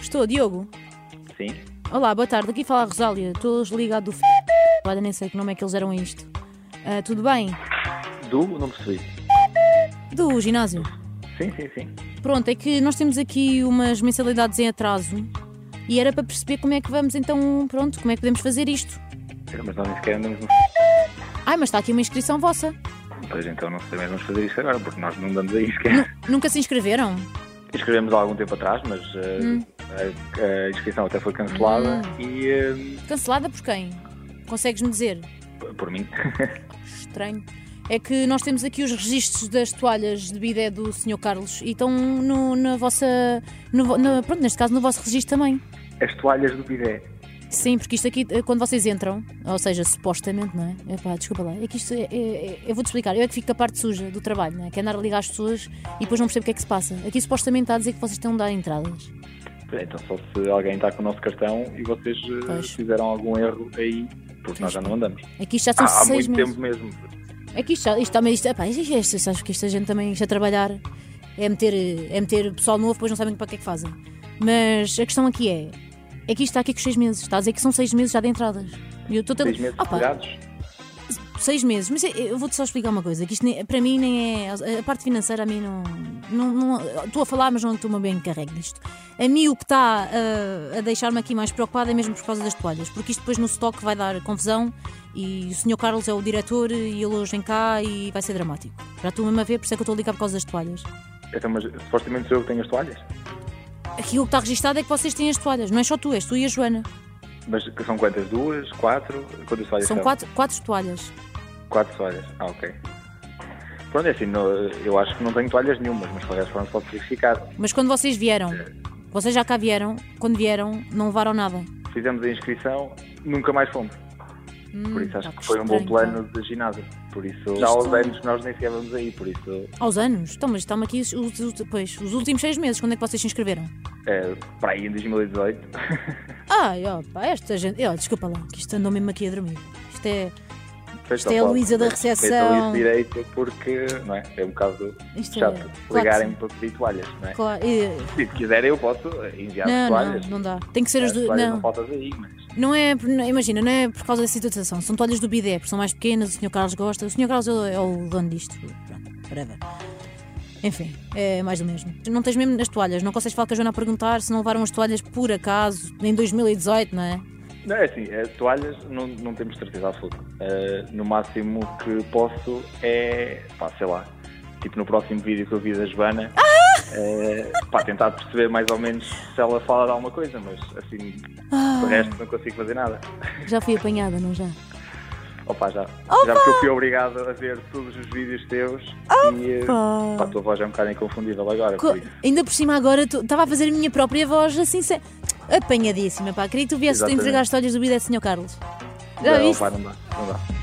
Estou, Diogo. Sim. Olá, boa tarde. Aqui fala a Rosália. Estou ligado do f. Olha, nem sei que nome é que eles eram a isto. Ah, tudo bem? Du, não percebi. Do ginásio. Sim, sim, sim. Pronto, é que nós temos aqui umas mensalidades em atraso e era para perceber como é que vamos então, pronto, como é que podemos fazer isto. Mas nós nem sequer andamos no Ai, mas está aqui uma inscrição vossa. Pois então não sabemos vamos fazer isto agora, porque nós não andamos aí sequer. Nunca se inscreveram? Escrevemos há algum tempo atrás, mas eh, Hum. a, a inscrição até foi cancelada Ah. e eh, Cancelada por quem? Consegues-me dizer? por mim. Estranho. É que nós temos aqui os registros das toalhas de bidé do Sr. Carlos e estão no, na vossa. no vo- na- pronto, neste caso no vosso registro também. As toalhas do bidé. Sim, porque isto aqui, eh, quando vocês entram, ou seja, supostamente, não é? Epá, desculpa lá, é que isto é, é- é- eu vou-te explicar, eu é que fico com a parte suja do trabalho, não é? Que é andar a ligar às pessoas e depois não percebo o que é que se passa. Aqui supostamente está a dizer que vocês estão a dar entradas. Pois é, Então só se alguém está com o nosso cartão e vocês eh, Pois. fizeram algum erro aí, porque nós já não andamos. Aqui isto já são Ah, Há, há seis muito meses. tempo mesmo. Aqui isto, já- isto também, isto, epá, isto, isto, isto, sabes que esta gente também está a trabalhar, é meter, eh, é meter pessoal novo, depois não sabem para que é que fazem. Mas a questão aqui é, é que isto está aqui com seis meses, está a dizer que são seis meses já de entradas. E eu estou a Seis meses Opa, tirados. Seis meses, mas eu- eu vou-te só explicar uma coisa: que isto nem- para mim nem é. A parte financeira a mim não. não, não- estou a falar, mas não estou bem encarregue disto. A mim o que está ah, a deixar-me aqui mais preocupada é mesmo por causa das toalhas, porque isto depois no estoque vai dar confusão e o Sr. Carlos é o diretor e ele hoje vem cá e vai ser dramático. Já estou mesmo a ver, por isso é que eu estou a ligar por causa das toalhas. Então, mas supostamente sou eu que tenho as toalhas. Aqui o que está registado é que vocês têm as toalhas, não é só tu, és tu e a Joana. Mas que são quantas? Duas? Quatro? Quantas toalhas São quatro, quatro toalhas. Quatro toalhas, ah, ok. Pronto, é assim, no- eu acho que não tenho toalhas nenhumas, mas de qualquer forma posso verificar. Mas quando vocês vieram, vocês já cá vieram, quando vieram, não levaram nada. Fizemos a inscrição, nunca mais fomos. Hum, Por isso acho pá, que foi um bom estranho, tá. é? plano de ginásio. Por isso, já há uns anos que nós nem sequer vamos aí, por isso, pá. Aos anos? Então, mas estamos aqui os, os- os- pois, os últimos seis meses, quando é que vocês se inscreveram? é, para aí em 2018. Ah, ó, pá, esta gente. ó, desculpa lá, que isto andou mesmo aqui a dormir. Isto é. Foi Isto só é a para- Luísa da foi- recepção. Foi só isso direito, porque, não é? É um bocado Isto é- chato claro que ligarem-me para pedir toalhas, não é? Claro, e- Se quiser, eu posso enviar eh, não, É, toalhas. não, não dá. Tem que ser as As do. toalhas não Não, faltas aí, mas. não é. por- não- imagina, não é por causa dessa situação. São toalhas do bidé, porque são mais pequenas, o Sr. Carlos gosta. O Sr. Carlos é o- é o dono disto. Pronto, whatever. Enfim, é mais do mesmo. Não tens mesmo nas toalhas, não consegues falar com a Joana a perguntar se não levaram as toalhas por acaso em 2018, não é? Não, é assim, eh, toalhas não, não temos certeza absoluta. Eh, no máximo que posso é, pá, sei lá, tipo no próximo vídeo que eu vi da Joana, eh, pá, tentar perceber mais ou menos se ela fala de alguma coisa, mas assim, o resto não consigo fazer nada. Já fui apanhada, não já? Opa, já, já porque eu fui obrigado a ver todos os vídeos teus e eh, Opa! pá, a tua voz é um bocado inconfundível agora, Co- por isso. Ainda por cima agora tu- estava a fazer a minha própria voz assim se- apanhadíssima, pá. Queria que tu viesses Exatamente. entregar as toalhas do Bidé, Sr. Carlos. Já Não, viste? pá, não dá, não dá.